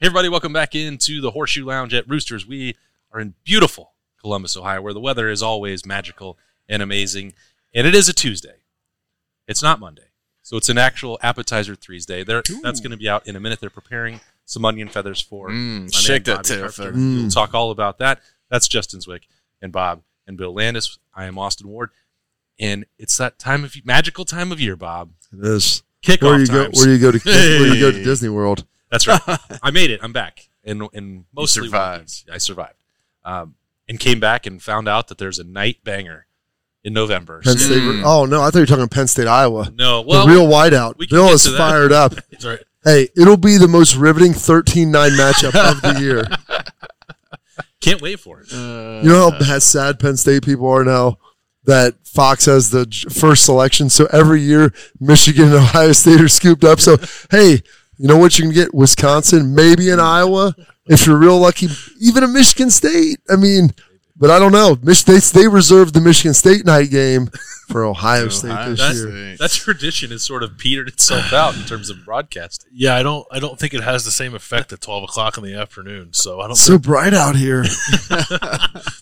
Hey, everybody, welcome back into the Horseshoe Lounge at Roosters. We are in beautiful Columbus, Ohio, where the weather is always magical and amazing. And it is a Tuesday. It's not Monday. So it's an actual appetizer Tuesday. There, that's going to be out in a minute. They're preparing some onion feathers for Mm, my shake man, that Bobby tail Carpenter. feather. Mm. We'll talk all about that. That's Justin Zwick and Bob and Bill Landis. I am Austin Ward. And it's that time of magical time of year, Bob. It is. Kickoff Where you times. go? Where you go to? Where you go Hey. to Disney World? That's right. I made it. I'm back, and and mostly one survived. piece. I survived, um, and came back and found out that there's a night banger in November. Penn So- State. Oh no, I thought you were talking Penn State, Iowa. no, well, the real whiteout. we can Bill get is to that. fired up. it's all right. Hey, it'll be the most riveting 13-9 matchup of the year. can't wait for it. Uh, You know how bad- sad Penn State people are now that Fox has the j- first selection. So every year, Michigan and Ohio State are scooped up. So hey, you know what you can get? Wisconsin, maybe in Iowa, if you're real lucky, even a Michigan State. I mean, but I don't know. Mich- they they reserved the Michigan State night game for Ohio State Ohio this That, year. State. that tradition has sort of petered itself out in terms of broadcasting. Yeah, I don't. I don't think it has the same effect at twelve o'clock in the afternoon. So I don't. It's so bright out here.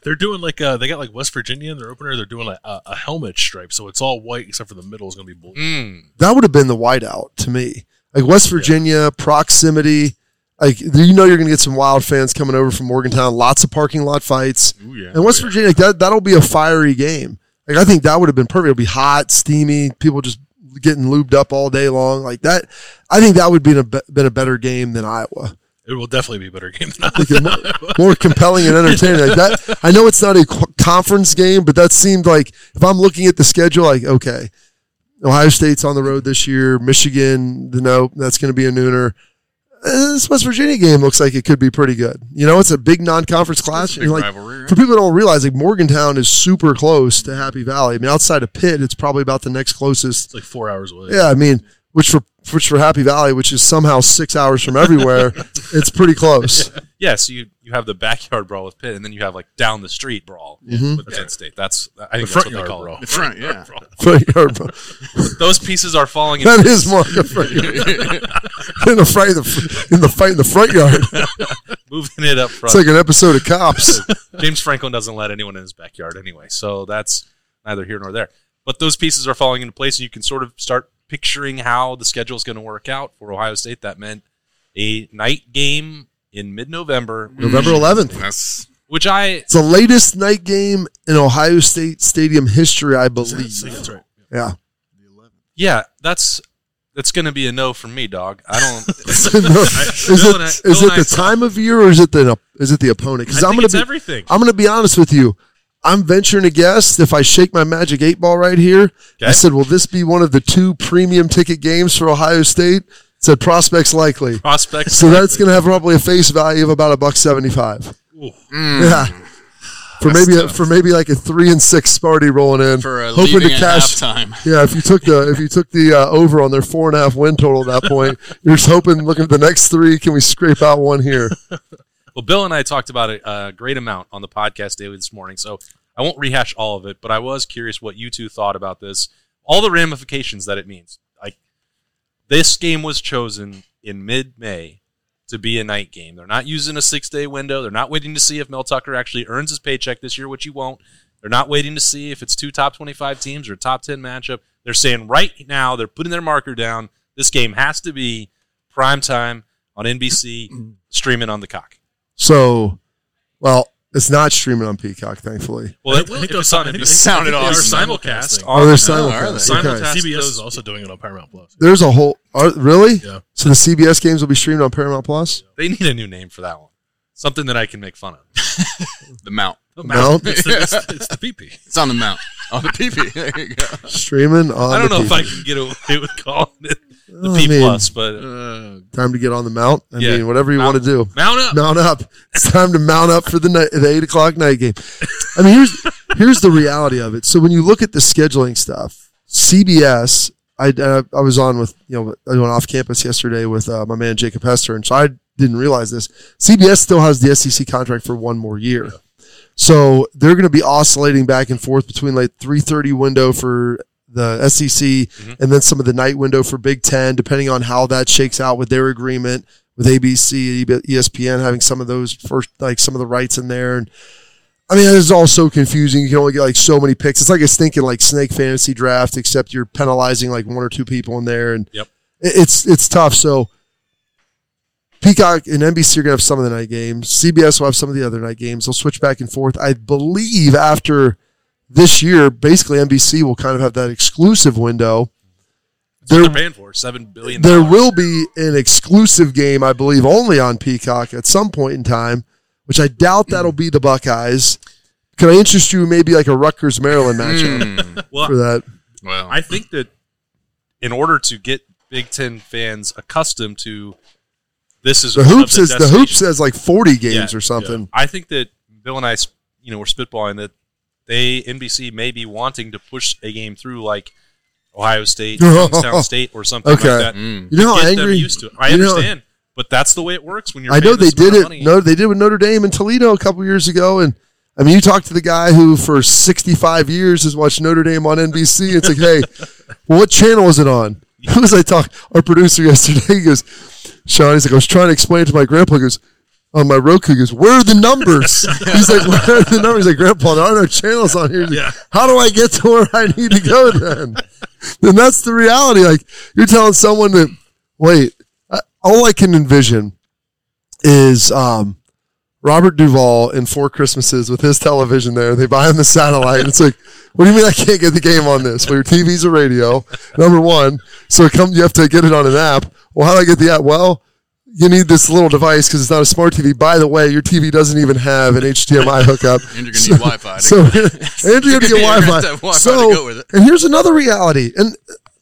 They're doing like uh, they got like West Virginia in their opener. They're doing like a, a helmet stripe, so it's all white except for the middle is going to be blue. Mm. that would have been the whiteout to me. Like West Virginia proximity, like you know you're going to get some wild fans coming over from Morgantown. Lots of parking lot fights, Ooh, yeah. and West Virginia like that that'll be a fiery game. Like I think that would have been perfect. It'll be hot, steamy, people just getting lubed up all day long like that. I think that would be a be- been a better game than Iowa. It will definitely be a better game than Like, more, more compelling and entertaining. Like that, I know it's not a qu- conference game, but that seemed like if I'm looking at the schedule, like okay, Ohio State's on the road this year. Michigan, the no, that's going to be a nooner. Uh, This West Virginia game looks like it could be pretty good. You know, it's a big non-conference clash. Big and, like, rivalry, right? for people that don't realize, like Morgantown is super close to Happy Valley. I mean, outside of Pitt, it's probably about the next closest it's like four hours away. yeah, I mean, which for which for Happy Valley, which is somehow six hours from everywhere, it's pretty close. Yeah, so you, you have the backyard brawl with Pitt, and then you have like down the street brawl Mm-hmm. with Penn State. That's I think that's front what they yard call brawl. it. The front, yeah. Front yard brawl. Those pieces are falling. in That is more of a front yard. in the fight, the, in the fight in the front yard. moving it up front. It's like an episode of Cops. James Franklin doesn't let anyone in his backyard anyway, so that's neither here nor there. But those pieces are falling into place, and you can sort of start picturing how the schedule is going to work out for Ohio State. That meant a night game in mid-November, November 11th. That's which I It's the latest night game in Ohio State Stadium history, I believe. that's right. Yeah, yeah, that's that's going to be a no from me, dog. I don't. No, is Bill and I- it Bill is and it I the saw- time of year or is it the is it the opponent? I Because think I'm gonna it's be everything. I'm going to be honest with you. I'm venturing a guess if I shake my magic eight ball right here. Okay. I said, will this be one of the two premium ticket games for Ohio State? It said prospects likely. Prospects. So that's going to have probably a face value of about a buck 75. Yeah. Mm. For maybe a, for maybe like a 3 and 6 Sparty rolling in for a leading at halftime. yeah, if you took the if you took the uh, over on their four and a half win total at that point, you're just hoping looking at the next three, can we scrape out one here? Well, Bill and I talked about it a great amount on the podcast daily this morning, so I won't rehash all of it, but I was curious what you two thought about this, all the ramifications that it means. Like, this game was chosen in mid May to be a night game. They're not using a six day window. They're not waiting to see if Mel Tucker actually earns his paycheck this year, which he won't. They're not waiting to see if it's two top 25 teams or a top 10 matchup. They're saying right now, they're putting their marker down. This game has to be prime time on NBC, streaming on the cock. So, well, it's not streaming on Peacock, thankfully. Well, I it think will if they're it's sim- on I NBC. think- I Sounded think they awesome. are simulcasting. Oh, they're are they? simulcast. Simulcast. Okay. CBS those- is also doing it on Paramount Plus. There's a whole. Are, really? Yeah. So the CBS games will be streamed on Paramount Plus. They need a new name for that one. Something that I can make fun of. The mount. No, It's the, it's, it's the PP. It's on the mount. On the PP. There you go. streaming on. I don't the know if I Peacock. can get away with calling it the I P mean- plus, but Uh, Time to get on the mount. I Yeah. mean, whatever you want to do. mount up. Mount up. It's time to mount up for the night, the eight o'clock night game. I mean, here's here's the reality of it. So when you look at the scheduling stuff, CBS. I uh, I was on with you know I went off campus yesterday with uh, my man Jacob Hester, and so I didn't realize this. CBS still has the SEC contract for one more year. So they're going to be oscillating back and forth between like 3:30 window for the SEC and then some of the night window for Big Ten, depending on how that shakes out with their agreement with ABC, ESPN having some of those first like some of the rights in there. And I mean, it's all so confusing. You can only get like so many picks. It's like a stinking like snake fantasy draft, except you're penalizing like one or two people in there, and Yep. it- it's it's tough. So. Peacock and NBC are going to have some of the night games. CBS will have some of the other night games. They'll switch back and forth. I believe after this year, basically NBC will kind of have that exclusive window. That's There, what they're paying for seven billion. there will be an exclusive game, I believe, only on Peacock at some point in time, which I doubt that'll be the Buckeyes. Can I interest you in maybe like a Rutgers Maryland matchup Well, for that? Well, I think that in order to get Big Ten fans accustomed to this is The one of hoops is the hoops destinations- has like forty games Yeah, or something. I think that Bill and I, you know, we're spitballing that they NBC may be wanting to push a game through like Ohio State, Youngstown State, or something Okay. like that. mm. You know how Get angry them used to it. I you know- understand, but that's the way it works when you're. I know paying they this did amount of it. money. No, they did with Notre Dame and Toledo a couple years ago, and I mean, you talk to the guy who for sixty-five years has watched Notre Dame on NBC. It's like, hey, well, what channel is it on? Who was I talk? Our producer yesterday he goes, Sean. He's like, I was trying to explain it to my grandpa. He goes. On my Roku, he goes, Where are the numbers? He's like, Where are the numbers? He's like, Grandpa, there are no channels on here. He's like, Yeah. How do I get to where I need to go then? And that's the reality. Like, you're telling someone that, wait, I- all I can envision is um, Robert Duvall in Four Christmases with his television there. They buy him the satellite. and it's like, what do you mean I can't get the game on this? Well, your TV's a radio, number one. So it come, you have to get it on an app. Well, how do I get the app? Well, you need this little device because it's not a smart TV. By the way, your TV doesn't even have an HDMI hookup. And you're gonna need Wi-Fi. to- So and you're gonna get You're gonna Wi-Fi. have to have Wi-Fi to so go with it. and here's another reality. And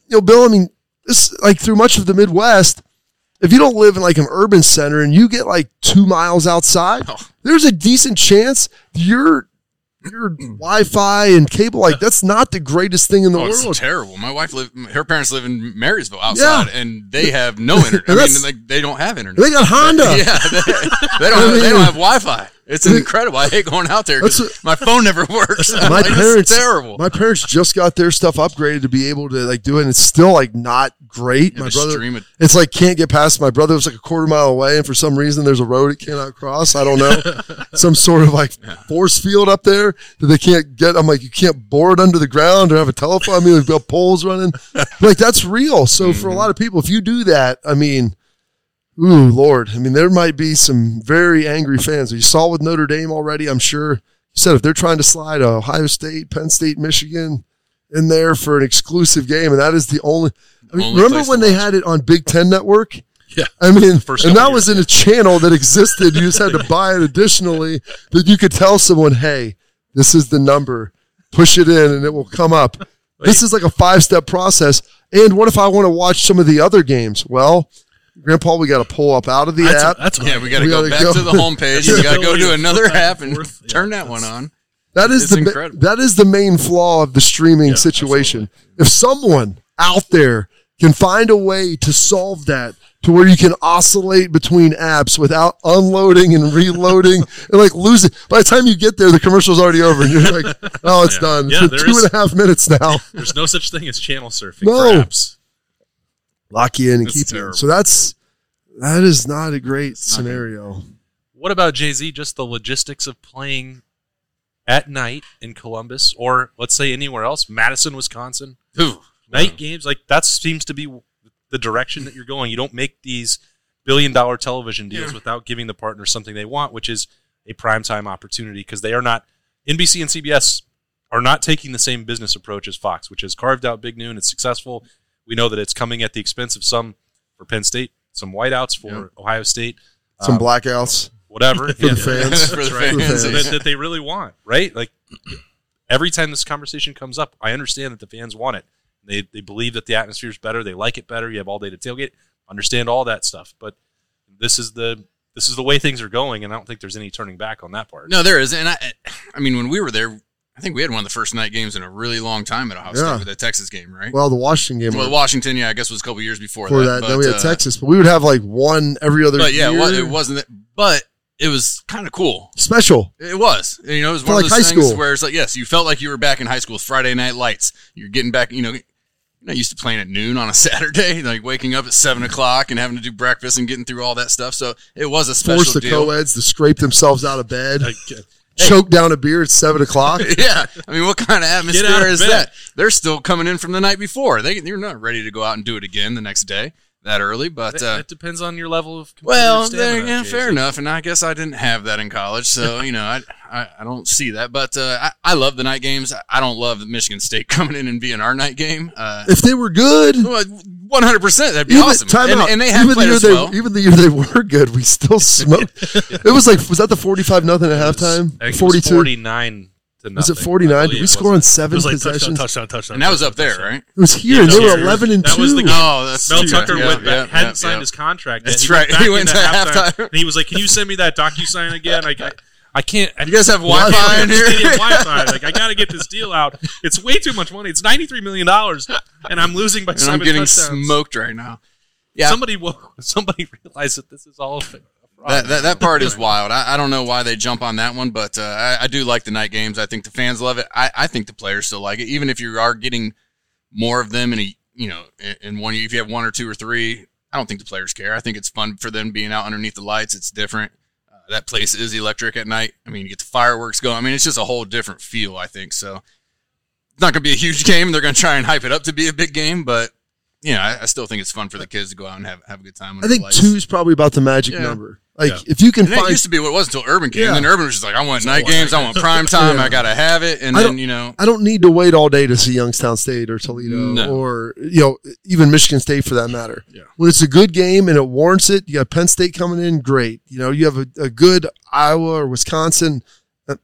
you know, Bill, I mean, this like through much of the Midwest, if you don't live in like an urban center and you get like two miles outside, Oh. there's a decent chance your your Wi-Fi and cable like that's not the greatest thing in the Oh, it's world. terrible. My wife live. Her parents live in Marysville outside, and they have no internet. I That's- mean, like they don't have internet. They got Honda. Yeah, they, they don't. have, they don't have Wi-Fi. It's incredible. I hate going out there because my phone never works. I'm My like, this is parents terrible. My parents just got their stuff upgraded to be able to like do it. and It's still like not great. You my have to brother, stream it. it's like can't get past. My brother was like a quarter mile away, and for some reason there's a road it cannot cross. I don't know, some sort of like force field up there that they can't get. I'm like, you can't board under the ground or have a telephone. I mean, we've got poles running. Like that's real. So for a Mm-hmm. lot of people, if you do that, I mean. Ooh, Lord. I mean, there might be some very angry fans. You saw with Notre Dame already, I'm sure. You said if they're trying to slide Ohio State, Penn State, Michigan in there for an exclusive game, and that is the only. I mean, Only remember place when to they watch. had it on Big Ten Network? Yeah. I mean, First and couple that was in a channel that existed. You just had to buy it additionally that you could tell someone, hey, this is the number. Push it in and it will come up. This is like a five step process. And what if I want to watch some of the other games? Well, Grandpa, we got to pull up out of the That's, app. that's what Yeah, I- we got to We go gotta back go- to the homepage. You got to go to another app and Worth- yeah, turn that one on. That is It's the ma- incredible. that is the main flaw of the streaming situation. If someone out there can find a way to solve that to where you can oscillate between apps without unloading and reloading and like losing by the time you get there the commercial's already over and you're like, Oh, it's done. Yeah, It's been there two is- and a half minutes now. There's no such thing as channel surfing No. for apps. Lock you in and That's keep you. in. terrible. So that's that is not a great scenario. Um, What about Jay Z? Just the logistics of playing at night in Columbus, or let's say anywhere else, Madison, Wisconsin. Ooh, Night games like that seems to be the direction that you're going. You don't make these billion dollar television deals without giving the partners something they want, which is a primetime opportunity because they are not NBC and CBS are not taking the same business approach as Fox, which has carved out Big Noon. It's successful. We know that it's coming at the expense of some for Penn State, some whiteouts for Ohio State, Some um, blackouts whatever for Yeah. the fans. for the right. fans. Yeah. that, that they really want, right? Like every time this conversation comes up, I understand that the fans want it. They they believe that the atmosphere is better. They like it better. You have all day to tailgate. Understand all that stuff, but this is the this is the way things are going, and I don't think there's any turning back on that part. No, there is, and I, I mean, when we were there, I think we had one of the first night games in a really long time at Yeah. Ohio State with that Texas game, right? Well, the Washington game Well, was Washington, yeah, I guess was a couple years before before that. that. Then but, we had uh, Texas, but we would have like one every other but yeah, it year. wa- it wasn't. That, but it was kind of cool. Special. It was. You know, it was one Felt like of those high things school. where it's like, yes, you felt like you were back in high school with Friday night lights. You're getting back, you know, you're not used to playing at noon on a Saturday, like waking up at seven o'clock and having to do breakfast and getting through all that stuff. So it was a special Force the deal. co-eds to scrape themselves out of bed, Like, uh, choke down a beer at seven o'clock. yeah. I mean, what kind of out atmosphere of is bed. that? They're still coming in from the night before. They, they're not ready to go out and do it again the next day that early, but, That, uh, that depends on your level of competitive Well, stamina, there, yeah, Jay. fair enough. And I guess I didn't have that in college, so you know, I I, I don't see that. But uh, I, I love the night games. I- I don't love Michigan State coming in and being our night game. Uh, If they were good, one hundred percent, that'd be even, awesome. time and, out. and they have even the played year us they well. even the year they were good, we still smoked. It was like was that the forty-five nothing at halftime? I think it was 42. 49 to nothing. was it forty-nine? Did we score on it seven was like touchdown, possessions? touchdown, touchdown. and that was up there, touchdown. right? It was here. and Yeah, they were no, eleven and that two. was the game. No, that's Mel true. Tucker Yeah, went back, yeah, hadn't yeah, signed yeah. his contract. yet. That's he right. Went back He went into to halftime, halftime. and he was like, "Can you send me that DocuSign again? Like, I, I can't. I, You guys have Wi Fi in I here. can't Wi-Fi. Like, I got to get this deal out. It's way too much money. It's ninety three million dollars, and I'm losing by and seven I'm getting touchdowns. smoked right now. Yeah. Somebody will. Somebody realized that this is all. a fa- a fraud. That, that, that part is wild. I, I don't know why they jump on that one, but uh, I, I do like the night games. I think the fans love it. I, I think the players still like it, even if you are getting more of them in a you know in, in one year. If you have one or two or three, I don't think the players care. I think it's fun for them being out underneath the lights. It's different. Uh, that place is electric at night. I mean, you get the fireworks going. I mean, it's just a whole different feel. I think so. It's not going to be a huge game. They're going to try and hype it up to be a big game, but you know, I, I still think it's fun for the kids to go out and have, have a good time. under I the think lights. two is probably about the magic Yeah. number. Like Yeah. if you can And that find used to be what it was until Urban came. Yeah. And then Urban was just like, I want night games, I want prime time, I gotta have it. And I then don't- you know, I don't need to wait all day to see Youngstown State or Toledo No. or you know even Michigan State for that matter. Yeah. When it's a good game and it warrants it, you got Penn State coming in, great. You know you have a, a good Iowa or Wisconsin. uh,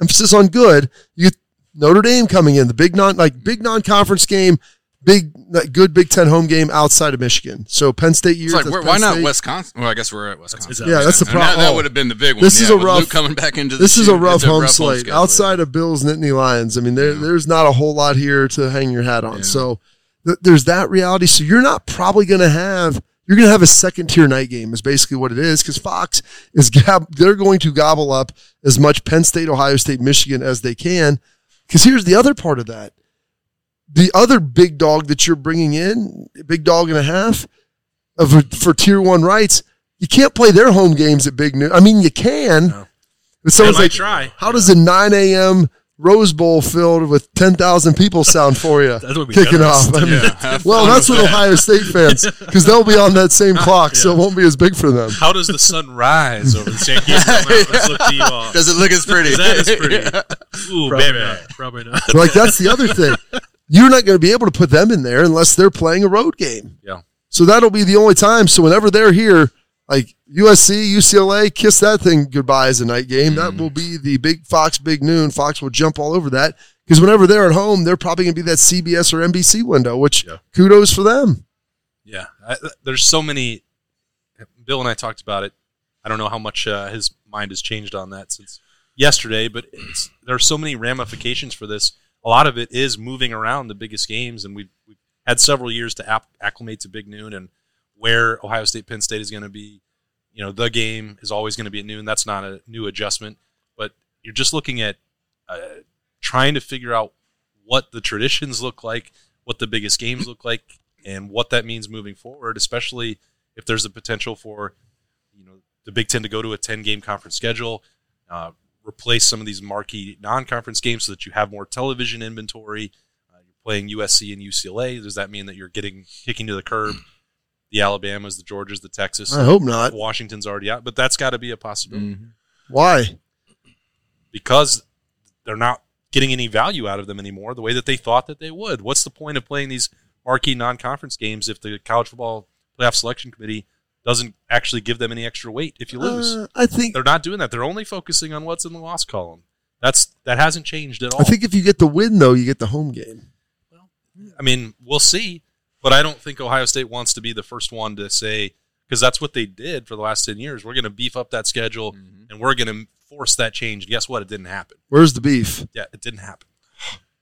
Emphasis on good. You Notre Dame coming in, the big non like big non conference game, big like, good Big Ten home game outside of Michigan. So Penn State year. it's like where, why not State. Wisconsin? Well, I guess we're at Wisconsin. Is that- Yeah, that's the And that, problem. that would have been the big one. This is yeah, a with rough- Luke coming back into the this is a shoot. rough It's home rough slate. schedule, yeah. Outside of Bills, Nittany Lions, I mean, there, Yeah. there's not a whole lot here to hang your hat on. Yeah. So th- there's that reality. So you're not probably going to have you're going to have a second tier night game is basically what it is because Fox is gab- they're going to gobble up as much Penn State, Ohio State, Michigan as they can. Because here's the other part of that. The other big dog that you're bringing in, big dog and a half, of for tier one rights, you can't play their home games at big noon. I mean, you can. But They someone's might like, try. how does a 9 a.m. Rose Bowl filled with 10,000 people sound for you That would be kicking generous. off? I mean, Have Well, fun that's with what Ohio State fans, because they'll be on that same clock, so it won't be as big for them. How does the sun rise over the San Diego Mountains? Let's look to you all. that. Does it look as pretty? That is pretty. Ooh, Probably baby. not. Probably not. Like, that's the other thing. You're not going to be able to put them in there unless they're playing a road game. Yeah. So that'll be the only time. So whenever they're here, like USC, UCLA, kiss that thing goodbye as a night game. Mm. That will be the big Fox big noon. Fox will jump all over that because whenever they're at home, they're probably going to be that CBS or NBC window. Which Yeah. kudos for them. Yeah, I, there's so many. Bill and I talked about it. I don't know how much uh, his mind has changed on that since yesterday, but it's, there are so many ramifications for this. A lot of it is moving around the biggest games, and we've, we've had several years to app, acclimate to Big Noon and where Ohio State Penn State is going to be. You know, the game is always going to be at noon. That's not a new adjustment, but you're just looking at uh, trying to figure out what the traditions look like, what the biggest games look like, and what that means moving forward, especially if there's a potential for you know the Big Ten to go to a 10 game conference schedule, uh, replace some of these marquee non conference games so that you have more television inventory. Uh, you're playing USC and UCLA. Does that mean that you're getting kicking to the curb the Alabamas, the Georgias, the Texas? I hope not. Washington's already out, but that's got to be a Mm. possibility Mhm. Why? because they're not getting any value out of them anymore the way that they thought that they would. What's the point of playing these marquee non-conference games if the college football playoff selection committee doesn't actually give them any extra weight if you lose? Uh, I think they're not doing that. They're only focusing on what's in the loss column. That's that hasn't changed at all. I think if you get the win though, you get the home game. I mean, we'll see, but I don't think Ohio State wants to be the first one to say because that's what they did for the last 10 years. We're going to beef up that schedule Mm. and we're going to force that change. And guess what? It didn't happen. Where's the beef? Yeah, it didn't happen.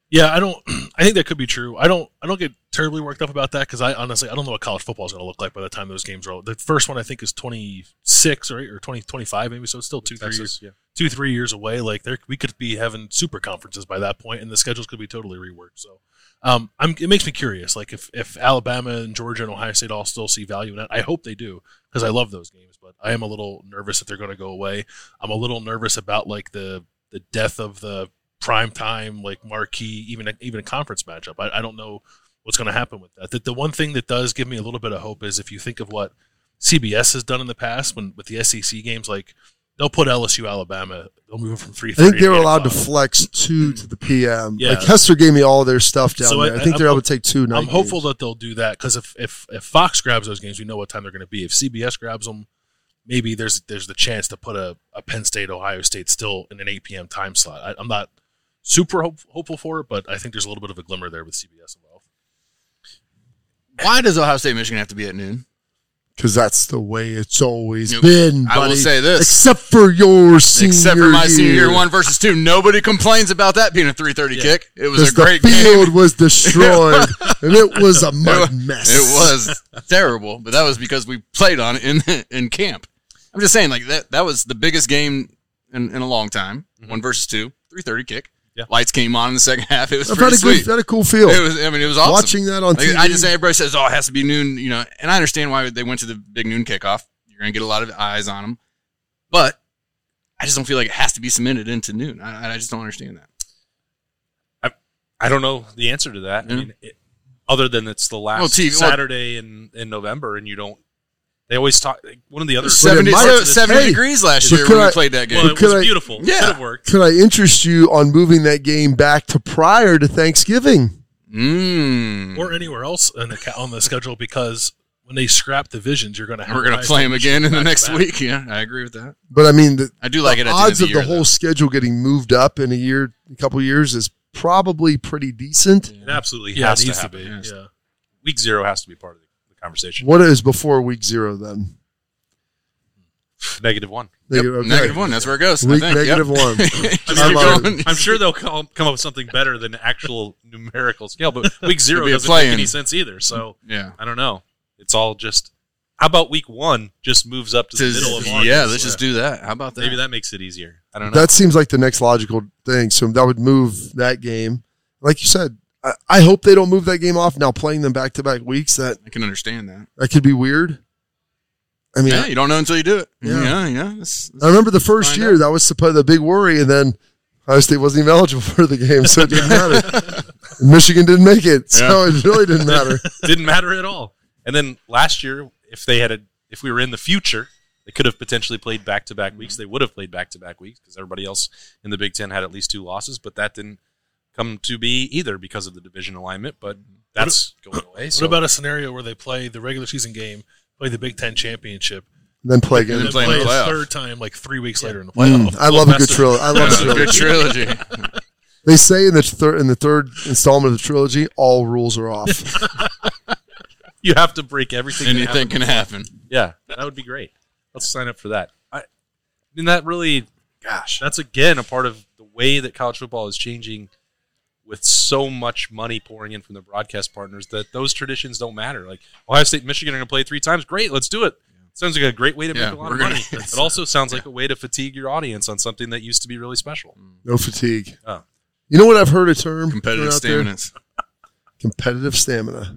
Yeah, I don't. I think that could be true. I don't. I don't get terribly worked up about that because I honestly I don't know what college football is going to look like by the time those games roll. The first one I think is twenty six or eight or 20, 25 maybe, so it's still two three years, Texas, yeah. two three years away. Like there, we could be having super conferences by that point, and the schedules could be totally reworked. So, um, I'm, it makes me curious. Like if if Alabama and Georgia and Ohio State all still see value in it, I hope they do because I love those games. But I am a little nervous that they're going to go away. I'm a little nervous about like the the death of the prime time like marquee even even a conference matchup. I, I don't know what's going to happen with that. The, the one thing that does give me a little bit of hope is if you think of what CBS has done in the past when with the SEC games, like they'll put LSU Alabama, they'll move them from three. I think they were allowed to flex two to the PM. Yeah. Like Hester gave me all their stuff down So I- there. I, think I'm they're able hope- to take two. Night I'm hopeful games. that they'll do that because if, if if Fox grabs those games, we know what time they're going to be. If CBS grabs them, maybe there's there's the chance to put a, a Penn State Ohio State still in an 8 p.m. time slot. I, I'm not super hope, hopeful for it, but I think there's a little bit of a glimmer there with CBS involved. Why does Ohio State Michigan have to be at noon? because that's the way it's always Nope. been. I will buddy. say this. except for your senior Except for my senior year. year one versus two, nobody complains about that being a 3:30 kick. It was a 'Cause great the game. field was destroyed and it was a mud mess. It was terrible, but that was because we played on it in in camp. I'm just saying, like that that was the biggest game in, in a long time. One versus two, three thirty kick. Mm-hmm. Yeah. Lights came on in the second half. It was I've had pretty a good, sweet. had a cool field. It was. I mean, it was awesome. Watching that on Like, TV. I just everybody says, "Oh, it has to be noon," you know, and I understand why they went to the big noon kickoff. You're going to get a lot of eyes on them, but I just don't feel like it has to be cemented into noon. I, I just don't understand that. I don't know the answer to that. Yeah. I mean, it, other than it's the last Well, TV well- Saturday in, in November, and you don't. They always talk. One of the other Seventy, might- se- 70 Hey, degrees last but year could when we I- played that game. Well, it Could was I- beautiful. Yeah. Could have worked. Could I interest you on moving that game back to prior to Thanksgiving? Mm. or anywhere else on the, ca- on the schedule because when they scrap divisions, you're going to have We're going to Ohio play State them again in back the to next back. week. Yeah, I agree with that. But I mean, the, I do like it the at odds the of end of the, the year, whole schedule getting moved up in a year, a couple years is probably pretty decent. It absolutely Yeah, has it to needs to, happen. be. Yes. Yeah. Week zero has to be part of the, the conversation. What is before week zero then? Negative one. though. Yep, Negative- okay. Negative one. That's where it goes. Week I think. negative yep. one. Just I'm, love keep sure, going. I'm sure they'll come, come up with something better than actual numerical scale, but week zero It'll be a doesn't make any play-in. sense either. So Yeah. I don't know. It's all just. How about week one just moves up to the Just- middle of August? yeah, let's just do that. How about that? Maybe that makes it easier. I don't know. That seems like the next logical thing. So that would move that game. Like you said, I, I hope they don't move that game off. Now playing them back to back weeks, that I can understand that. that could be weird. I mean, Yeah. you don't know until you do it. Yeah. Yeah, yeah. That's- that's- I remember the first Find year out. that was suppo- the big worry, and then Ohio State wasn't even eligible for the game, so it didn't matter. And Michigan didn't make it, so it really didn't matter. didn't matter at all. And then last year, if they had a, if we were in the future, they could have potentially played back to Mm-hmm. back weeks. They would have played back to back weeks because everybody else in the Big Ten had at least two losses, but that didn't come to be either because of the division alignment. But that's going away. So What about a scenario where they play the regular season game, play the Big Ten championship, And then play again. and And then then play in play the a playoff. third time like three weeks later in the playoff? Mm, I love a good trilogy. I love a that's a good trilogy. trilogy. They say in the third in the third installment of the trilogy, all rules are off. you have to break everything? that Anything happened. can happen. Yeah, that would be great. Let's sign up for that. I, I mean, that really, gosh, that's again a part of the way that college football is changing with so much money pouring in from the broadcast partners that those traditions don't matter. Like Ohio State and Michigan are going to play three times. Great, let's do it. Sounds like a great way to Yeah, make a lot we're of gonna- money. it also sounds like a way to fatigue your audience on something that used to be really special. No fatigue. Oh. You know what I've heard a term Competitive thrown out there? stamina. Hmm. Competitive stamina.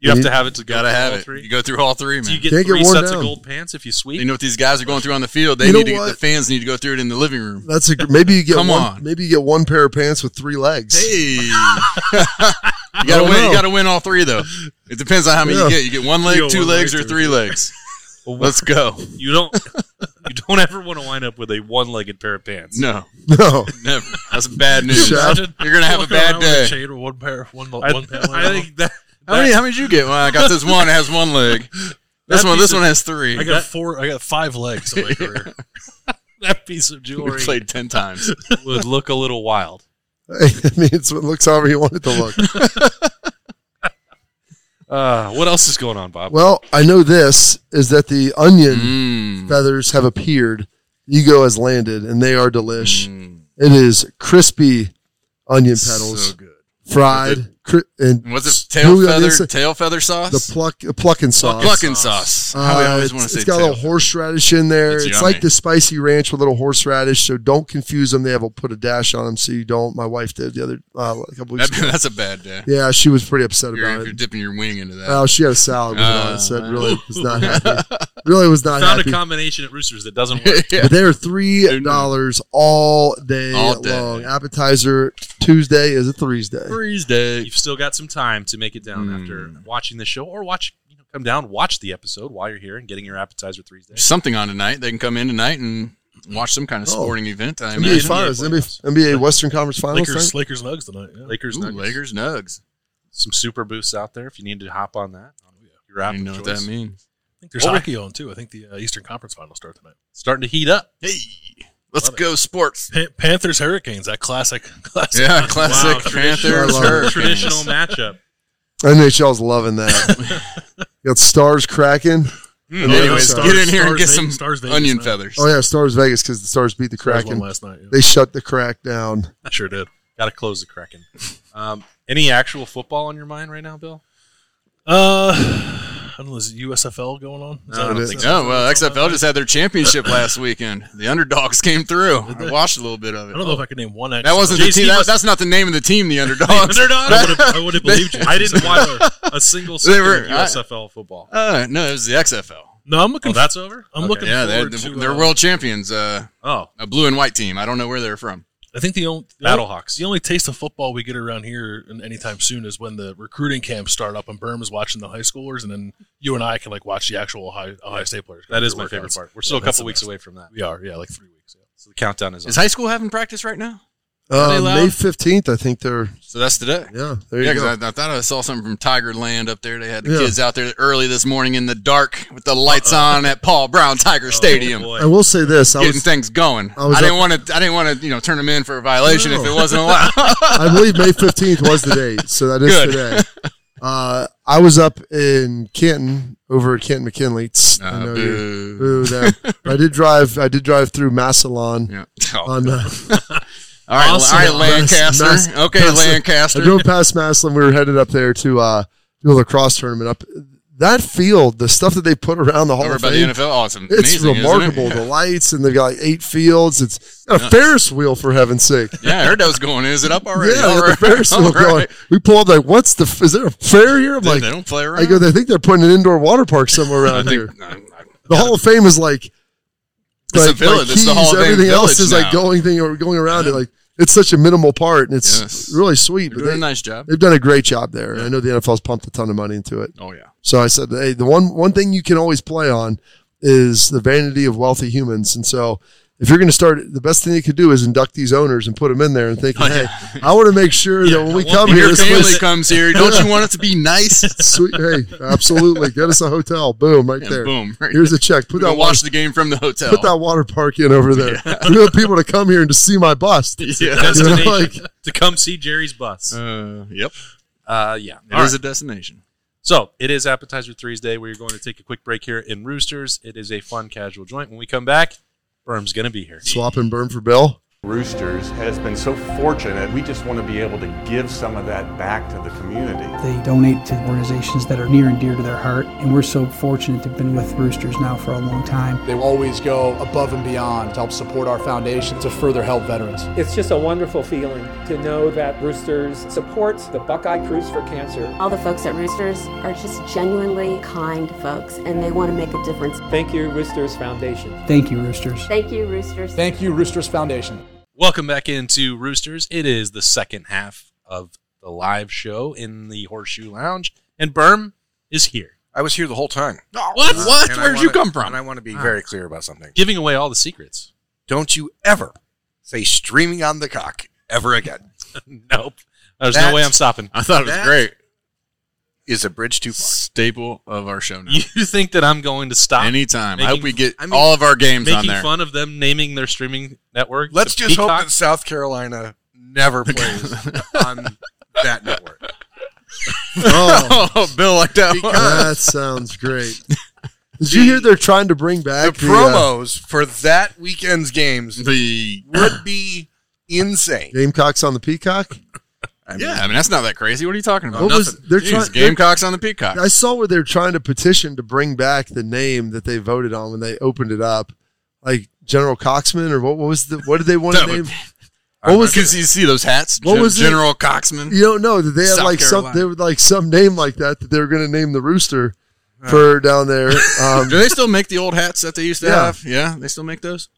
You have You- to have it to go Gotta through have all it. three. You go through all three, Do you man. get Can't get three worn sets down. of gold pants if you sweep? You know what these guys are going through on the field. They You know need to. what? The fans need to go through it in the living room. That's a gr- maybe you get Come one, on. maybe you get one pair of pants with three legs. Hey, you gotta Oh, win. no. You gotta win all three though. It depends on how many Yeah. you get. You get one leg, You go two one legs, leg, two or three legs. Let's go. You don't. you don't ever want to wind up with a one-legged pair of pants. No, No, never. That's bad news. Shut You're gonna have a Walking bad around with a day. chain with one pair, one, I, one pair, I think that. How many? How many did you get? Well, I got this one. It has one leg. This That one. This piece of- one has three. I got four. I got five legs in my career. that piece of we jewelry played ten times. would look a little wild. I mean it's, it looks however you want it to look. Uh, what else is going on, Bob? Well, I know this is that the onion Mm. feathers have appeared. Ego has landed, and they are delish. Mm. It is crispy onion petals So good. Mm. fried, cri- and Was it gooey tail on the feather inside. tail feather sauce? The pluck, the plucking sauce. Plucking sauce. Uh, How we always it's- want to say it's got a tail. little horseradish in there. It's It's, yummy. like the spicy ranch with a little horseradish. So don't confuse them. They have a put a dash on them, so you don't. My wife did the other uh, a couple weeks. That'd ago. be- that's a bad day. Yeah, she was pretty upset You're, about if you're it. dipping your wing into that. Oh, she had a salad with it on Uh, it, so it really was not happy. Really was not Found happy. a combination at Roosters that doesn't work. Yeah. But they are three dollars all day All day. long. Appetizer Tuesday is a Thursday. Freeze day. You've still got some time to make it down Hmm. after watching the show, or watch you know come down, watch the episode while you're here and getting your appetizer three There's days. Something on tonight. They can come in tonight and watch some kind of Oh. sporting event. I NBA imagine. finals, NBA NBA, NBA Western Conference finals. Lakers, thing? Lakers Nugs tonight. Yeah. Lakers, Ooh, Nuggets. Lakers Nugs. some super boosts out there if you need to hop on that. You're I out. don't Oh, know what that means. I think there's Or- hockey on too. I think the uh, Eastern Conference Finals start tonight. Starting to heat up. Hey, let's Love it. go sports. Pan- Panthers Hurricanes, that classic. classic Yeah, classic Wow, Panthers. traditional- Hurricanes. Traditional matchup. NHL's loving that. got stars cracking. Mm. And then- Anyways, Stars- get in here and get Stars some Vegas- Stars Vegas onion tonight. feathers. Oh yeah, Stars Vegas because the Stars beat the Stars won Kraken. last night. Yeah. They shut the crack down. sure did. Gotta close the Kraken. Um, any actual football on your mind right now, Bill? Uh, I don't know. Is it USFL going on? Is No, I don't is think Oh well, XFL just had their championship last weekend. The underdogs came through. I watched a little bit of I it. don't know if I could name one. That wasn't the JC team. That, must- that's not the name of the team. The underdogs. Underdog? I would have. I would have believed you. I didn't watch a, a single They second were- of USFL football. Uh, no, it was the XFL. No, I'm looking. Oh, that's over. I'm Okay. looking Yeah, they're, forward they're, to. uh, world champions. Uh, Oh, a blue and white team. I don't know where they're from. I think the only the only, Battlehawks. the only taste of football we get around here and anytime soon is when the recruiting camps start up and Berm is watching the high schoolers, and then you and I can like watch the actual Ohio, Ohio State players. go That is through my workouts. favorite part. We're Yeah, still a that's couple the weeks best. away from that, We are, yeah, like three weeks. Yeah. so the countdown Oh. is on. Is high school having practice right now? Uh, they allowed? May fifteenth, I think they're So that's today. yeah. There you Yeah, go. 'cause I, I thought I saw something from Tiger Land up there. They had the Yeah. kids out there early this morning in the dark with the lights on at Paul Brown Tiger Stadium, Oh, I boy. will say this: I getting was, things going. I I, was didn't want to. I didn't want to. You know, turn them in for a violation if No. it wasn't allowed. I believe May fifteenth was the date, so that is Good. today. Uh, I was up in Canton over at Canton McKinley. Tss, I Uh, know you. boo. Boo them. But I did drive. I did drive through Massillon. Yeah. Oh. On uh, All right, Awesome. all right, Lancaster. Mass- Mass- okay, Mass- I Lancaster. drove past Maslin. We were headed up there to uh, do a lacrosse tournament. Up that field, the stuff that they put around the Hall Over of by the Fame, NFL. Awesome. it's Oh, Amazing, isn't it? remarkable. The lights and they've got like eight fields. It's a Ferris wheel for heaven's sake. Yeah, I heard that was going. Is it up already? yeah, they All got the right. Ferris All wheel right. going. We pull up like, what's the? Is there a fair here? I'm Dude, like, they don't play around. I go. They think they're putting an indoor water park somewhere around here. No, I- The Hall of Fame is like, It's a village. It's the Hall of Fame Everything else village is now. like going thing or going around it. Like it's such a minimal part, and it's Yes. really sweet. You're But doing a they, nice job. they've done a great job there. I know the NFL's pumped a ton of money into it. Oh yeah. So I said, hey, the one one thing you can always play on is the vanity of wealthy humans. And so if you're going to start, the best thing you could do is induct these owners and put them in there and Oh, think, hey, I want to make sure that when we want come the here, Your it's family really comes here. Don't you want it to be nice? sweet. Hey, absolutely, get us a hotel. Boom, right And there. boom. Right Here's a check. Put We're gonna that watch water, the game from the hotel. put that water park in over there. We want people to come here and to see my bust. yeah. You know, Destination like- to come see Jerry's bus. Uh, yep. Uh, yeah. It is All a destination. So it is Appetizer Thursday. We're going to take a quick break here in Roosters. It is a fun casual joint. When we come back, Berm's going to be here. Swap and burn for Bill. Roosters has been so fortunate. We just want to be able to give some of that back to the community. They donate to organizations that are near and dear to their heart, and we're so fortunate to have been with Roosters now for a long time. They always go above and beyond to help support our foundation to further help veterans. It's just a wonderful feeling to know that Roosters supports the Buckeye Cruise for Cancer. All the folks at Roosters are just genuinely kind folks and they want to make a difference. Thank you, Roosters Foundation. Thank you, Roosters. Thank you, Roosters. Thank you, Roosters Foundation. Welcome back into Roosters. It is the second half of the live show in the Horseshoe Lounge, and Berm is here, I was here the whole time. What? what? And I Where'd you wanna- come from? Ah. And I want to be very clear about something. giving away all the secrets. Don't you ever say streaming on the cock ever again. nope. There's That's- no way I'm stopping. I thought it was That- great. Is a bridge too far. Staple of our show now. You think that I'm going to stop Anytime. I Making- hope we get I mean, all of our games on making there. fun of them naming their streaming network? Let's to just hope Peacock? that South Carolina never plays on that network. Oh, Oh, Bill like that. one. that sounds great. Did you hear they're trying to bring The back the, uh, promos for that weekend's games The would be insane. Gamecocks on the Peacock? I mean, yeah, I mean that's not that crazy. What are you talking about? What was- Nothing. they're Jeez, trying- they're- Gamecocks on the Peacock. I saw where they're trying to petition to bring back the name that they voted on when they opened it up, like General Coxman or what, what was the what did they want to That would- name? What was Because you see those hats. What Gen- was it? General Coxman? You don't know that they had South like some Carolina. they would like some name like that that they were going to name the rooster for down there. Um, Do they still make the old hats that they used to Yeah. have? Yeah, they still make those.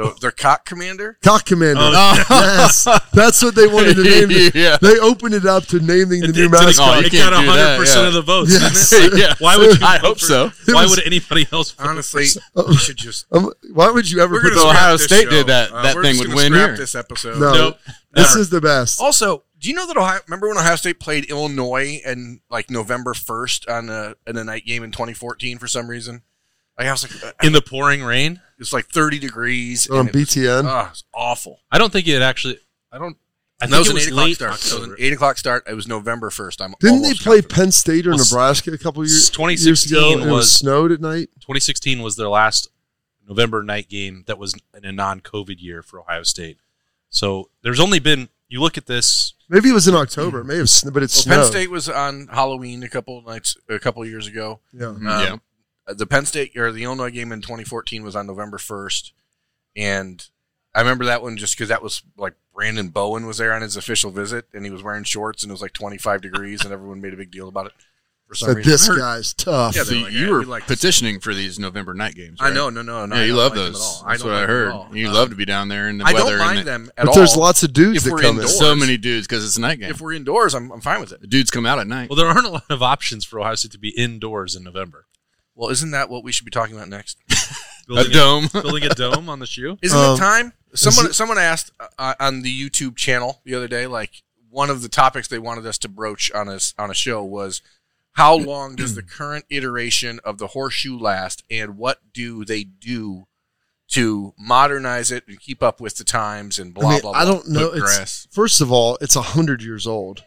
The, their cock commander. Cock Commander. Oh. yes, that's what they wanted to name it. Yeah. They opened it up to naming the It, new it, got- mascot. Oh, you it can't got do hundred that, percent yeah. of the votes. Yes. didn't it? Yeah. Why would you? I vote hope for- so. Why was- would anybody else? vote for Honestly, this? we should just. Um, why would you ever We're put gonna the scrap Oh. Ohio this State show. did that, Uh, that we're thing just would gonna win scrap here. This episode. No, Nope. this Never. is the best. Also, do you know that Ohio? Remember when Ohio State played Illinois and like November first on a in a night game in 2014 for some reason? Like I was like, uh, in the pouring rain? it's like 30 degrees. on and it was- BTN. ah, it's awful. I don't think it actually. I don't. I And think that was it an was eight o'clock late start. So it was October. an eight o'clock start. It was November first. I'm Didn't they almost play confident. Penn State or Well, s- Nebraska a couple years, years 2016 ago? and it was was- snowed at night. 2016 was their last November night game that was in a non-COVID year for Ohio State. So there's only been. You look at this. Maybe it was in October. It may have, sn- but it Well, snowed. Penn State was on Halloween a couple nights, a couple years ago. Yeah. Mm, Um, Yeah. The Penn State or the Illinois game in 2014 was on November 1st, and I remember that one just because that was like Brandon Bowen was there on his official visit, and he was wearing shorts, and it was like 25 degrees, and everyone made a big deal about it for some Said, reason. this I heard- guy's tough. Yeah, So they're like, you "Yeah, were we like this." petitioning for these November night games. I Right? know, no, no, no. yeah, I you don't love like them at those. all. That's don't what I like them heard. at all. You Um, love to be down there in the I weather. don't and mind the- them at but all. there's lots of dudes If that we're come in. indoors. So many dudes because it's a night game. If we're indoors, I'm, I'm fine with it. The dudes come out at night. Well, there aren't a lot of options for Ohio State to be indoors in November. Well, isn't that what we should be talking about next? a dome. building a dome on the shoe. Isn't Um, it time? Someone it- someone asked uh, on the YouTube channel the other day, like one of the topics they wanted us to broach on us on a show was how long does the current iteration of the horseshoe last, and what do they do to modernize it and keep up with the times and blah I mean, blah. blah. I don't know. Put It's, grass. First of all, it's hundred years old.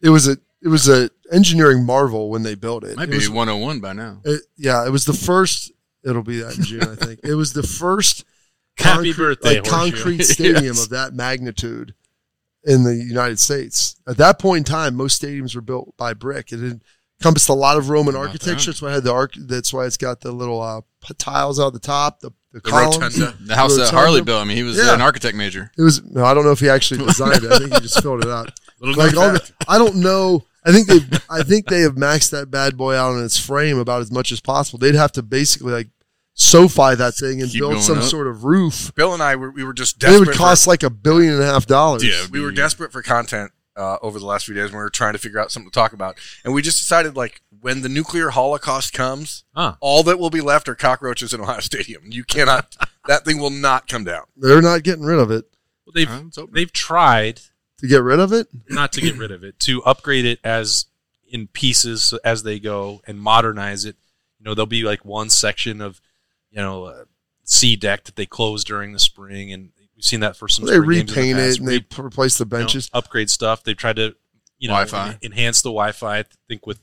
It was a it was a engineering marvel when they built it. Might It be was- 101 by now. it- yeah, it was the first. It'll be that in June, I think. It was the first Happy concre- birthday, like, Horseshoe. concrete stadium of that magnitude in the United States. At that point in time, most stadiums were built by brick. It encompassed a lot of Roman About architecture. that. That's why it had the arc. That's why it's got the little uh, p- tiles out the top, the, the, the columns. rotunda. The house that Rotunda. Harley built. I mean, he was Yeah. an architect major. It was. No, I don't know if he actually designed it. I think he just filled it out. like all the, I don't know. I think they. I think they have maxed that bad boy out on its frame about as much as possible. They'd have to basically like SoFi that thing and Keep build going some up. sort of roof. Bill and I were we were just It desperate. would cost like a billion and a half dollars. Yeah. for, we were desperate for content uh, over the last few days. when We were trying to figure out something to talk about, and we just decided like when the nuclear holocaust comes, Huh. all that will be left are cockroaches in Ohio Stadium. You cannot. that thing will not come down. They're not getting rid of it. Well, they've Huh? It's open. they've tried To get rid of it, not to get rid of it, to upgrade it as in pieces as they go and modernize it. You know, there'll be like one section of, you know, uh, sea deck that they close during the spring, and we've seen that for some. they spring games in the repaint past. it and they Re- p- replace the you know, benches. upgrade stuff. They've tried to, you know, Wi-Fi. en- enhance the Wi-Fi. I think with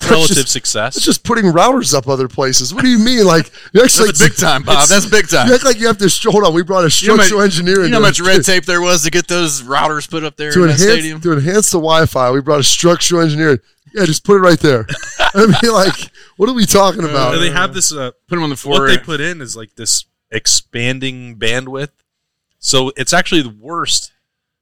That's relative just- success. It's just putting routers up other places. What do you mean? Like you actually That's big time, Bob. That's big time. You act like you have to. sh- Hold on, we brought a know how much- structural engineer. You into know how much it. red tape there was to get those routers put up there to in enhance that stadium? to enhance the Wi-Fi, we brought a structural engineer. Yeah, just put it right there. I mean, like, what are we talking about? And they have this uh, Put them on the what floor. they put in is like this expanding bandwidth. So it's actually the worst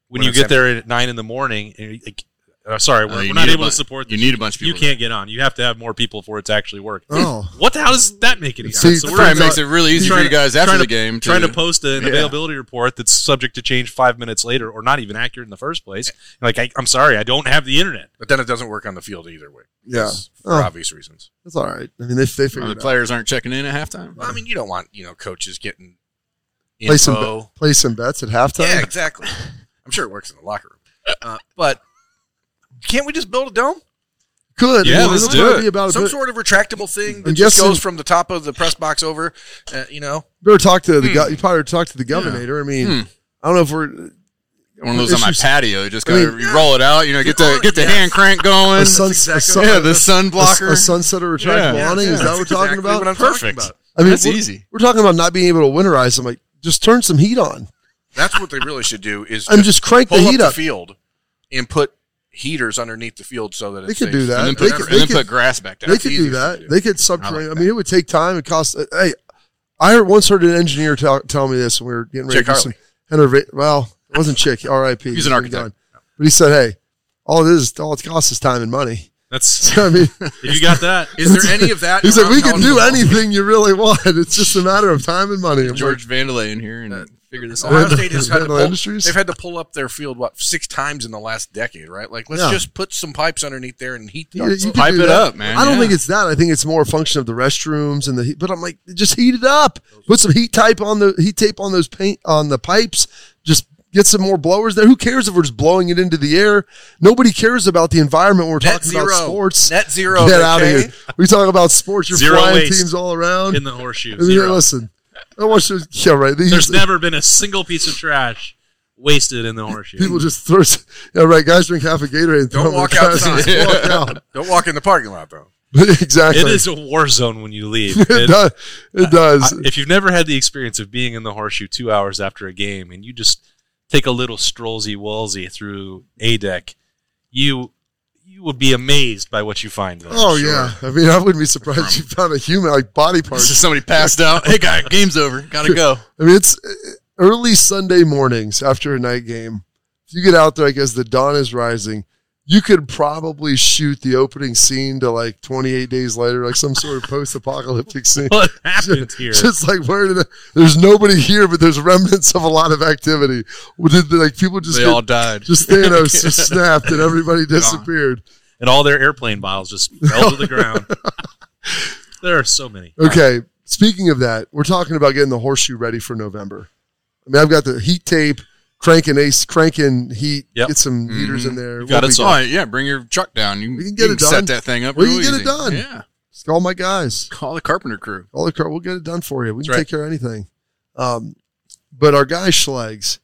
when, When you it's get there at nine in the morning. And you, like, uh, sorry, Oh, we're, you we're need not a able to bunch- support. you this. need a bunch of You people can't get on. You have to have more people for it to actually work. Oh. What? the- How does that make any See, sense? So that's we're Right, it makes it really easy for trying you to- guys after trying the to- game. trying to post an Yeah. availability report that's subject to change five minutes later or not even accurate in the first place. Like, I, I'm sorry, I don't have the internet. But then it doesn't work on the field either way. Yeah. for Oh. obvious reasons. That's all right. I mean, they they figured Well, the it out. players aren't checking in at halftime. Well, I mean, you don't want you know coaches getting Play some info. be- play some bets at halftime. Yeah, exactly. I'm sure it works in the locker room, uh, but can't we just build a dome? Good. Yeah, Well, let's it's do gonna it. Be about a Some bit- sort of retractable thing that I'm just guessing- goes from the top of the press box over. Uh, you know, better talk to the go- you probably talk to the governor. I mean, Hmm. I don't know if we're One of those on my Issues- patio. You just I gotta mean- you roll it out. You know, get the get the hand crank going. a, sun, a, sun, yeah, the sun a, a, blocker. sunset or retractable Yeah. awning. Is that what we're talking exactly about? what I'm Perfect. Talking about. I mean, That's we're- easy. We're talking about not being able to winterize. I'm like, just turn some heat on. That's what they really should do. Is I'm just crank the pull heat up, up. the field and put heaters underneath the field so that They it's could safe. do that. and then They put, could- and then they put grass back down. They could Easier do that. to They could subterranean. I, mean, it would take time. It costs. uh, Hey, I heard, once heard an engineer tell, tell me this when we were getting ready Chick to do some enerva- Well, it wasn't Chick. R.I.P. He's an Been architect. gone. But he said, "Hey, all it is, all it costs is time and money." That's I mean, if you got that. Is there any of that? he in said we Ron can do Howard's- anything you really want. It's just a matter of time and money. I'm Get George Vandalay in here and figure this out. Ohio State has had to Vandal pull, Industries? they've had to pull up their field what six times in the last decade, right? Like let's Yeah. just put some pipes underneath there and heat You- the you could Pipe do it that. up, man. I don't Yeah. think it's that. I think it's more a function of the restrooms and the heat. But I'm like, just heat it up. Put some heat type on the heat tape on those paint on the pipes. Just get some more blowers there. Who cares if we're just blowing it into the air? Nobody cares about the environment when we're Net talking zero. about sports. Net zero, Get out of okay? here. We talk about sports. You're Zero flying waste. teams all around. in the horseshoe. And then, Zero. listen, I watch those. Yeah, right. They There's usually- never been a single piece of trash wasted in the horseshoe. people just throw. s- Yeah, right. Guys drink half a Gatorade. And throw them Don't in walk the trash and outside. just walk out. Don't walk in the parking lot though. exactly. It is a war zone when you leave. It It- does. It does. I- if you've never had the experience of being in the horseshoe two hours after a game and you just take a little strollsy walsy through a deck, you you would be amazed by what you find there. Oh yeah, I mean, I wouldn't be surprised if you found a human like body This parts. is somebody passed out. Hey, guy, game's over. Gotta go. I mean, it's uh, early Sunday mornings after a night game. If you get out there, like as the dawn is rising, you could probably shoot the opening scene to like 28 days later, like some sort of post-apocalyptic scene. What happened here? Just like where did the, there's nobody here, but there's remnants of a lot of activity. Well, Did the, like people just They get- all died. just Thanos just snapped and everybody disappeared. and all their airplane bottles just fell to the ground. there are so many. Okay. Speaking of that, we're talking about getting the horseshoe ready for November. I mean, I've got the heat tape, cranking ace, cranking heat, Yep. Mm-hmm. get some heaters in there. got We'll it be- solved. All right, yeah, bring your truck down. You, We you can can get it done. set that thing up. We real can get it easy. done. Yeah. Just Call my guys. Call the carpenter crew. All the car. We'll get it done for you. We can That's right. take care of anything. Um, but our guy Schlegs,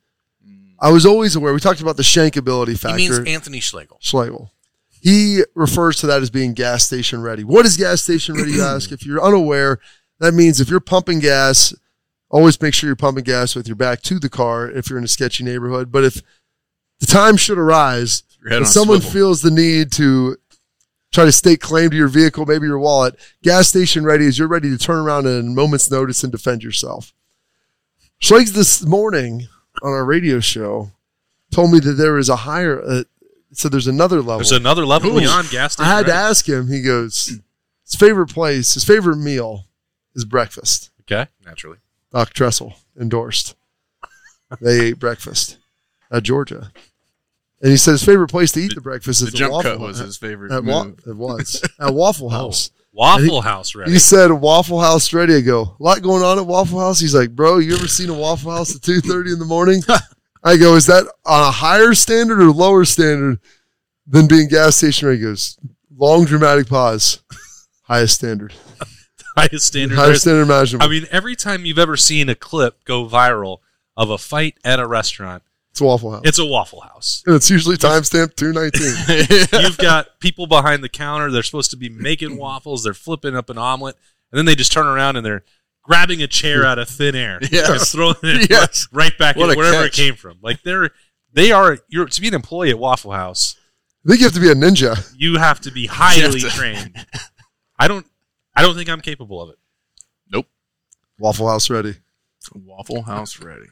Mm. I was always aware. We talked about the shankability He factor. means Anthony Schlegel. Schlegel. He refers to that as being gas station ready. What is gas station ready, you ask? If you're unaware, that means if you're pumping gas, always make sure you're pumping gas with your back to the car if you're in a sketchy neighborhood. But if the time should arise, Your head and on a someone swivel. feels the need to try to stake claim to your vehicle, maybe your wallet, gas station ready is you're ready to turn around in a moment's notice and defend yourself. Schlegs this morning on our radio show told me that there is a higher, uh, so there's another level. There's another level beyond gas I station. had ready. to ask him. He goes, his favorite place, his favorite meal is breakfast. Okay. Naturally. Doc Tressel endorsed. They ate breakfast at Georgia. And he said his favorite place to eat the, breakfast is The the, jump Waffle cut was House. his favorite. At wa- move. Oh. it was at Waffle House. Waffle House ready. He said Waffle House ready. I go, a lot going on at Waffle House. He's like, bro, you ever seen a Waffle House at two thirty in the morning? I go, is that on a higher standard or lower standard than being gas station ready? He goes, long dramatic pause, highest standard, Highest standard. highest standard imaginable. I mean, every time you've ever seen a clip go viral of a fight at a restaurant, it's Waffle House, it's a Waffle House. and it's usually timestamped two nineteen. You've got people behind the counter. They're supposed to be making waffles. They're flipping up an omelet, and then they just turn around and they're grabbing a chair out of thin air Yes. and throwing it Yes. right back What in a wherever it catch. came from. Like they're they are you're to be an employee at Waffle House, I think you have to be a ninja. you have to be highly to- trained. I don't I don't think I'm capable of it. Waffle House ready. Waffle House ready.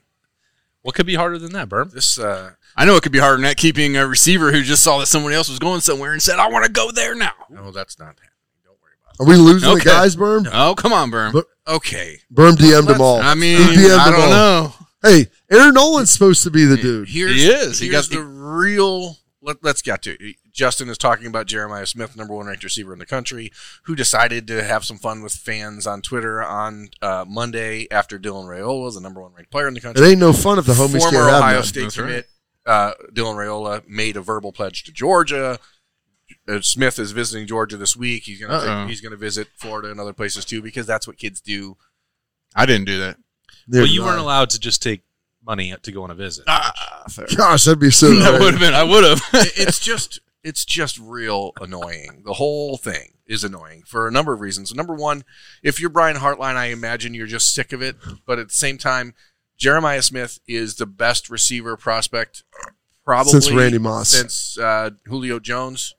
What could be harder than that, Berm? This uh I know it could be harder than that, keeping a receiver who just saw that someone else was going somewhere and said, I want to go there now. no, oh, that's not happening. Don't worry about Are we losing the Okay. guys, Berm? Oh, come on, Berm. Look- it. Okay. Berm DM'd them all. I mean, He DM'd I them all. don't know. Hey, Aaron Nolan's supposed to be the dude. Here's, He is. He here's got- the real. Let, us get to it. Justin is talking about Jeremiah Smith, number one ranked receiver in the country, who decided to have some fun with fans on Twitter on uh, Monday after Dylan Rayola, the number one ranked player in the It country. ain't no fun if the homies former can't have Ohio none. State That's right. commit uh, Dylan Rayola made a verbal pledge to Georgia. Uh, Smith is visiting Georgia this week. He's gonna Uh-oh. take- he's gonna visit Florida and other places too because that's what kids do. I didn't do that. They're well, you not. weren't allowed to just take money to go on a visit. Gosh, that'd be so. That great. would have been, I would have. It- it's just it's just real annoying. The whole thing is annoying for a number of reasons. Number one, if you're Brian Hartline, I imagine you're just sick of it. But at the same time, Jeremiah Smith is the best receiver prospect probably Since Randy Moss. since uh, Julio Jones.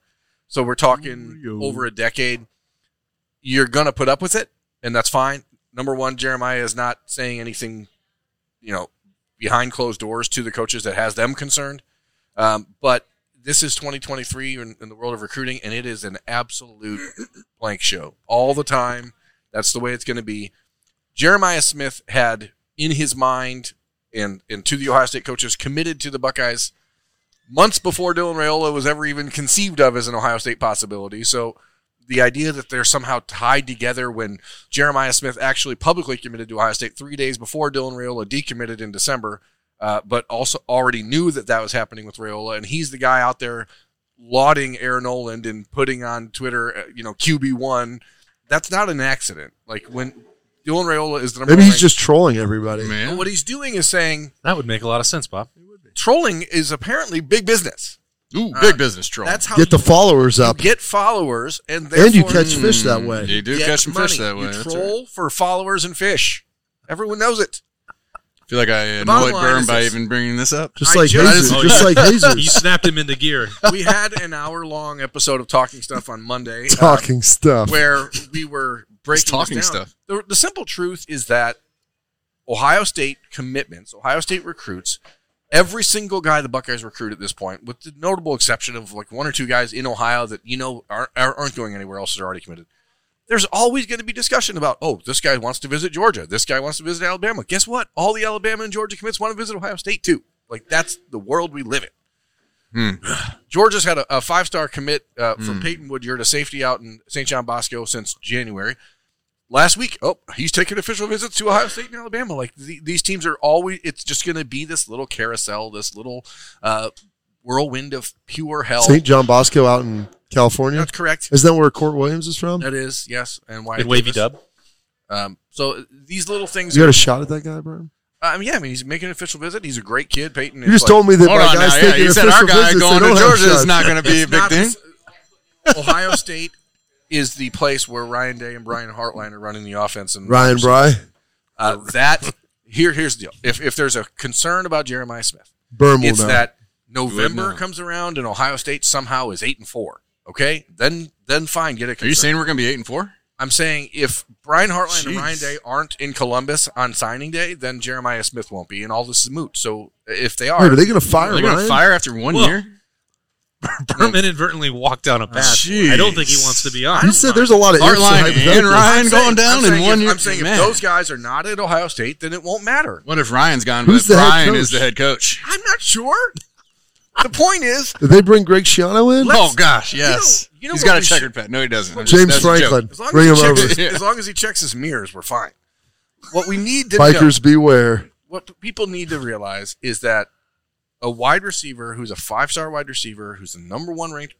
So we're talking over a decade. You're gonna put up with it, and that's fine. Number one, Jeremiah is not saying anything, you know, behind closed doors to the coaches that has them concerned. Um, but this is 2023 in, in the world of recruiting, and it is an absolute blank show all the time. That's the way it's going to be. Jeremiah Smith had in his mind and and to the Ohio State coaches committed to the Buckeyes months before Dylan Rayola was ever even conceived of as an Ohio State possibility. So the idea that they're somehow tied together when Jeremiah Smith actually publicly committed to Ohio State three days before Dylan Rayola decommitted in December, uh, but also already knew that that was happening with Rayola, and he's the guy out there lauding Aaron Oland and putting on Twitter, uh, you know, QB one. That's not an accident. Like when Dylan Rayola is the number Maybe one he's ranked- just trolling everybody. and man. what he's doing is saying That would make a lot of sense, Bob. trolling is apparently big business. Ooh, big business troll. That's how Get the you followers up, get followers, and and you therefore catch fish that Mm, way. You do get catch some fish money. that way. You That's right. troll for followers and fish. Everyone knows it. I feel like I bottom annoyed line Burn is by this- even bringing this up. Just I like just- Jesus, Oh, just yeah. like You Jesus snapped him into gear. We had an hour long episode of talking stuff on Monday, uh, talking stuff. where we were breaking It's talking this down. stuff. The, the simple truth is that Ohio State commitments, Ohio State recruits, every single guy the Buckeyes recruit at this point, with the notable exception of like one or two guys in Ohio that you know aren't, aren't going anywhere else that are already committed. There's always going to be discussion about, oh, this guy wants to visit Georgia. This guy wants to visit Alabama. Guess what? All the Alabama and Georgia commits want to visit Ohio State too. Like that's the world we live in. Georgia's had a, a five star commit uh, for Peyton Woodyard, a safety out in St. John Bosco since January. Last week, oh, he's taking official visits to Ohio State and Alabama. Like the, these teams are always, it's just going to be this little carousel, this little uh, whirlwind of pure hell. St. John Bosco out in California. That's correct. Isn't that where Court Williams is from? That is yes, and why And wavy dub. Um, so these little things. You got a shot at that guy, Brian? I mean, yeah, I mean, he's making an official visit. He's a great kid, Peyton. You just told me that Hold my on now. guy's Yeah, taking you said our official guy visits, they going to don't have Georgia is shots. not going to be a big thing. Ohio State is the place where Ryan Day and Brian Hartline are running the offense, and Ryan Bry, Uh, that here, here's the deal. If if there's a concern about Jeremiah Smith, Berm will it's know. that Good November now. comes around and Ohio State somehow is eight and four. Okay, then then fine, get a Are concern. you saying we're going to be eight and four? I'm saying if Brian Hartline and Jeez. Ryan Day aren't in Columbus on signing day, then Jeremiah Smith won't be, and all this is moot. So if they Wait, are, are they going to fire Are they going to Ryan? fire after one Well, year? Berm inadvertently walked down a path. Jeez. I don't think he wants to be on. You said there's a lot of ifs Hartline and hypotheticals. Ryan I'm saying- going down I'm in saying one if- year. I'm saying Man. if those guys are not at Ohio State, then it won't matter. What if Ryan's gone, Who's but the head Brian coach? is the head coach? I'm not sure. the point is, Did they bring Greg Schiano in? Let's- oh gosh, you know- yes. you know He's what got a we should- checkered pet. No, he doesn't. James That's a joke. Franklin, as long bring him as, he over. checks, as long as he checks his mirrors, we're fine. What we need to know- Bikers beware. what people need to realize is that a wide receiver who's a five star wide receiver who's the number one ranked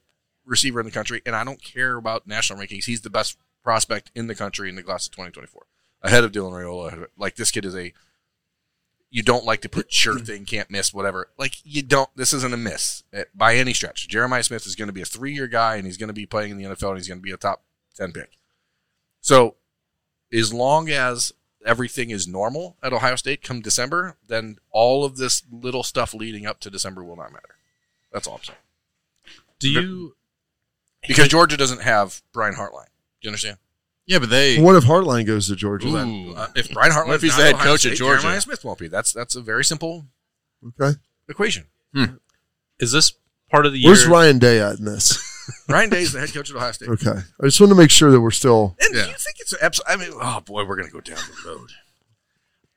receiver in the country, and I don't care about national rankings, he's the best prospect in the country in the class of 2024, ahead of Dylan Rayola. Like this kid is a you don't like to put sure thing, can't miss, whatever. Like you don't. This isn't a miss eh, by any stretch. Jeremiah Smith is going to be a three year guy, and he's going to be playing in the NFL, and he's going to be a top ten pick. So as long as everything is normal at Ohio State come December, then all of this little stuff leading up to December will not matter. That's all I'm saying. Do you? Because Georgia doesn't have Brian Hartline. Do you understand? Yeah, but they. What if Hartline goes to Georgia? Ooh. Uh, if Brian Hartline, What if he's the head coach at Georgia? Jeremiah Smith won't be. That's that's a very simple Okay. equation. Is this part of the year? Where's Ryan Day at in this? Brian Day is the head coach at Ohio State. Okay. I just want to make sure that we're still. And do you think it's abs- I mean, oh boy, we're going to go down the road.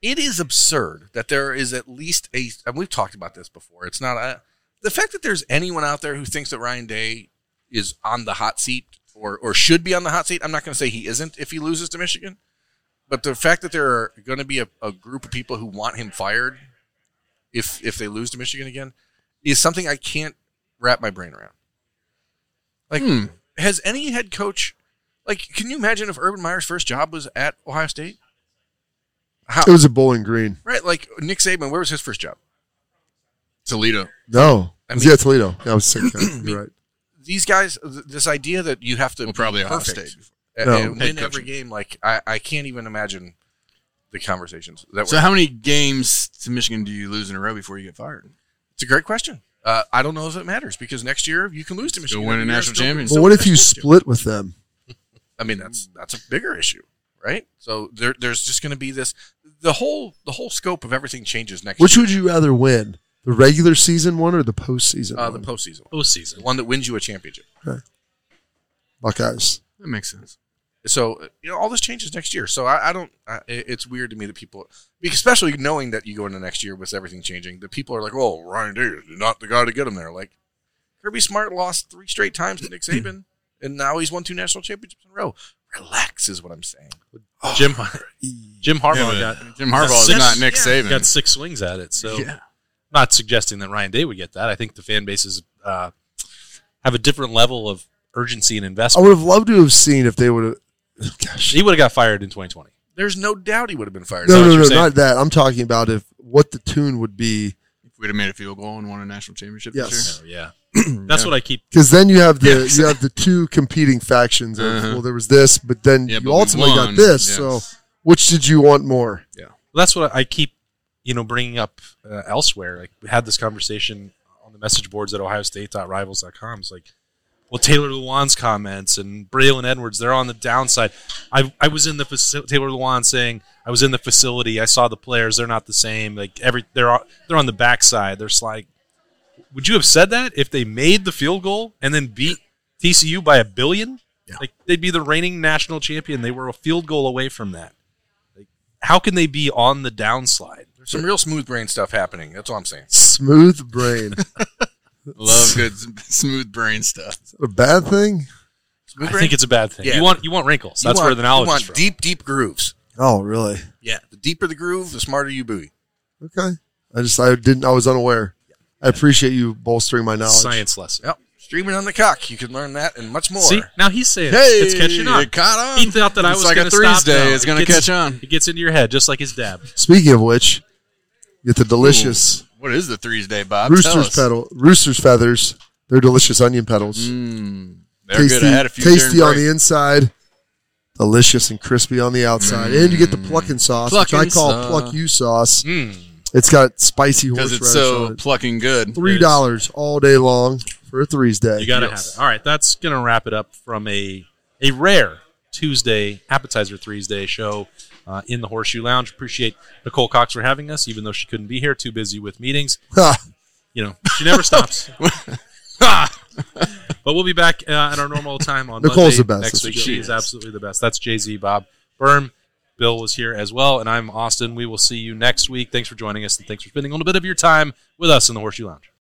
It is absurd that there is at least a. And we've talked about this before. It's not a, the fact that there's anyone out there who thinks that Ryan Day is on the hot seat or or should be on the hot seat. I'm not going to say he isn't if he loses to Michigan, but the fact that there are going to be a, a group of people who want him fired if if they lose to Michigan again is something I can't wrap my brain around. Like, has any head coach like, can you imagine if Urban Meyer's first job was at Ohio State? How, It was a Bowling Green. right, like Nick Saban, where was his first job? Toledo. No. It I was mean- yeah, Toledo. Yeah, I was sick. You're right. These guys, th- this idea that you have to Well, probably Ohio State. a- No. and win Head every coaching. game, like I, I can't even imagine the conversations that were. So, how many games to Michigan do you lose in a row before you get fired? it's a great question. Uh, I don't know if it matters because next year you can lose to Michigan. win a You guys national still- championship. still But what if win a you championship. split with them? I mean, that's that's a bigger issue, right? So there, there's just going to be this the whole the whole scope of everything changes next. Which year. would you rather win, the regular season one or the postseason uh, the one? postseason, the Postseason. one that wins you a championship. Buckeyes. That makes sense. So uh, you know all this changes next year. So I, I don't. I, it- it's weird to me that people, because especially knowing that you go into next year with everything changing, that people are like, "Oh, Ryan Day is not the guy to get him there." Like Kirby Smart lost three straight times to Nick Saban, and now he's won two national championships in a row. Relax is what I'm saying. Jim Jim Harbaugh Yeah, got but Jim Harbaugh is six- not Nick yeah, Saban. Got six swings at it. So, Yeah. not suggesting that Ryan Day would get that. I think the fan bases uh, have a different level of urgency and I investment. would have loved to have seen if they would have. Oh. Gosh, He would have got fired in 2020. There's no doubt he would have been fired. no, what no, you're no, saying. not that. I'm talking about if what the tune would be If we'd have made a field goal and won a national championship Yes. So, yeah, that's what I keep. because then you have the Yes. you have the two competing factions. Of, Uh-huh. Well, there was this, but then Yeah, you but we ultimately won. got this. Yeah. So, which did you want more? That's what I keep. You know, bringing up uh, elsewhere. Like we had this conversation on the message boards at OhioState.Rivals.com. It's like, well, Taylor Lewan's comments and Braylon Edwards, they're on the downside. I, I was in the faci- Taylor Lewan saying I was in the facility. I saw the players; they're not the same. Like every they're on- they're on the backside. They're s- like, would you have said that if they made the field goal and then beat TCU by a billion? Like they'd be the reigning national champion. They were a field goal away from that. Like, how can they be on the downslide? There's some real smooth brain stuff happening. That's all I'm saying. Smooth brain. Is Sure. Love good s- smooth brain stuff. that a bad thing? Smooth I think it's a bad thing. Yeah. You want you want wrinkles. You That's want- where the knowledge you want is from. deep, deep grooves. Oh, really? Yeah, the deeper the groove, the smarter you buoy. Okay. I just I didn't I was unaware. I appreciate you bolstering my knowledge. Science lesson. Yep. Streaming on the cock, you can learn that and much more. See, now he's saying Hey, it's catching on. it caught on. He thought that I It's was like a gonna stop Thursday, now. it's It gonna gets- catch on. It gets into your head just like his dab. Speaking of which, get the delicious What is the threes day, Bob? Tell roosters us. pedal roosters feathers. They're delicious onion petals. Mm, they're good. I had a few tasty during on break. the inside, delicious and crispy on the outside, and you get the Mm. plucking sauce, which I Plucking call sauce. pluck you sauce. Mm. It's got spicy because horseradish it's so on it. plucking good. Three dollars all day long for a threes day. You gotta Yes. have it. All right, that's gonna wrap it up from a a rare Tuesday appetizer Thursday show uh, in the Horseshoe Lounge. Appreciate Nicole Cox for having us, even though she couldn't be here, too busy with meetings. Ha, You know, she never stops. Ah! but we'll be back uh, at our normal time on Monday Nicole's the best. next That's week. what She she is absolutely the best. That's Jay Z, Bob Berm. Bill was here as well, and I'm Austin. We will see you next week. Thanks for joining us, and thanks for spending a little bit of your time with us in the Horseshoe Lounge.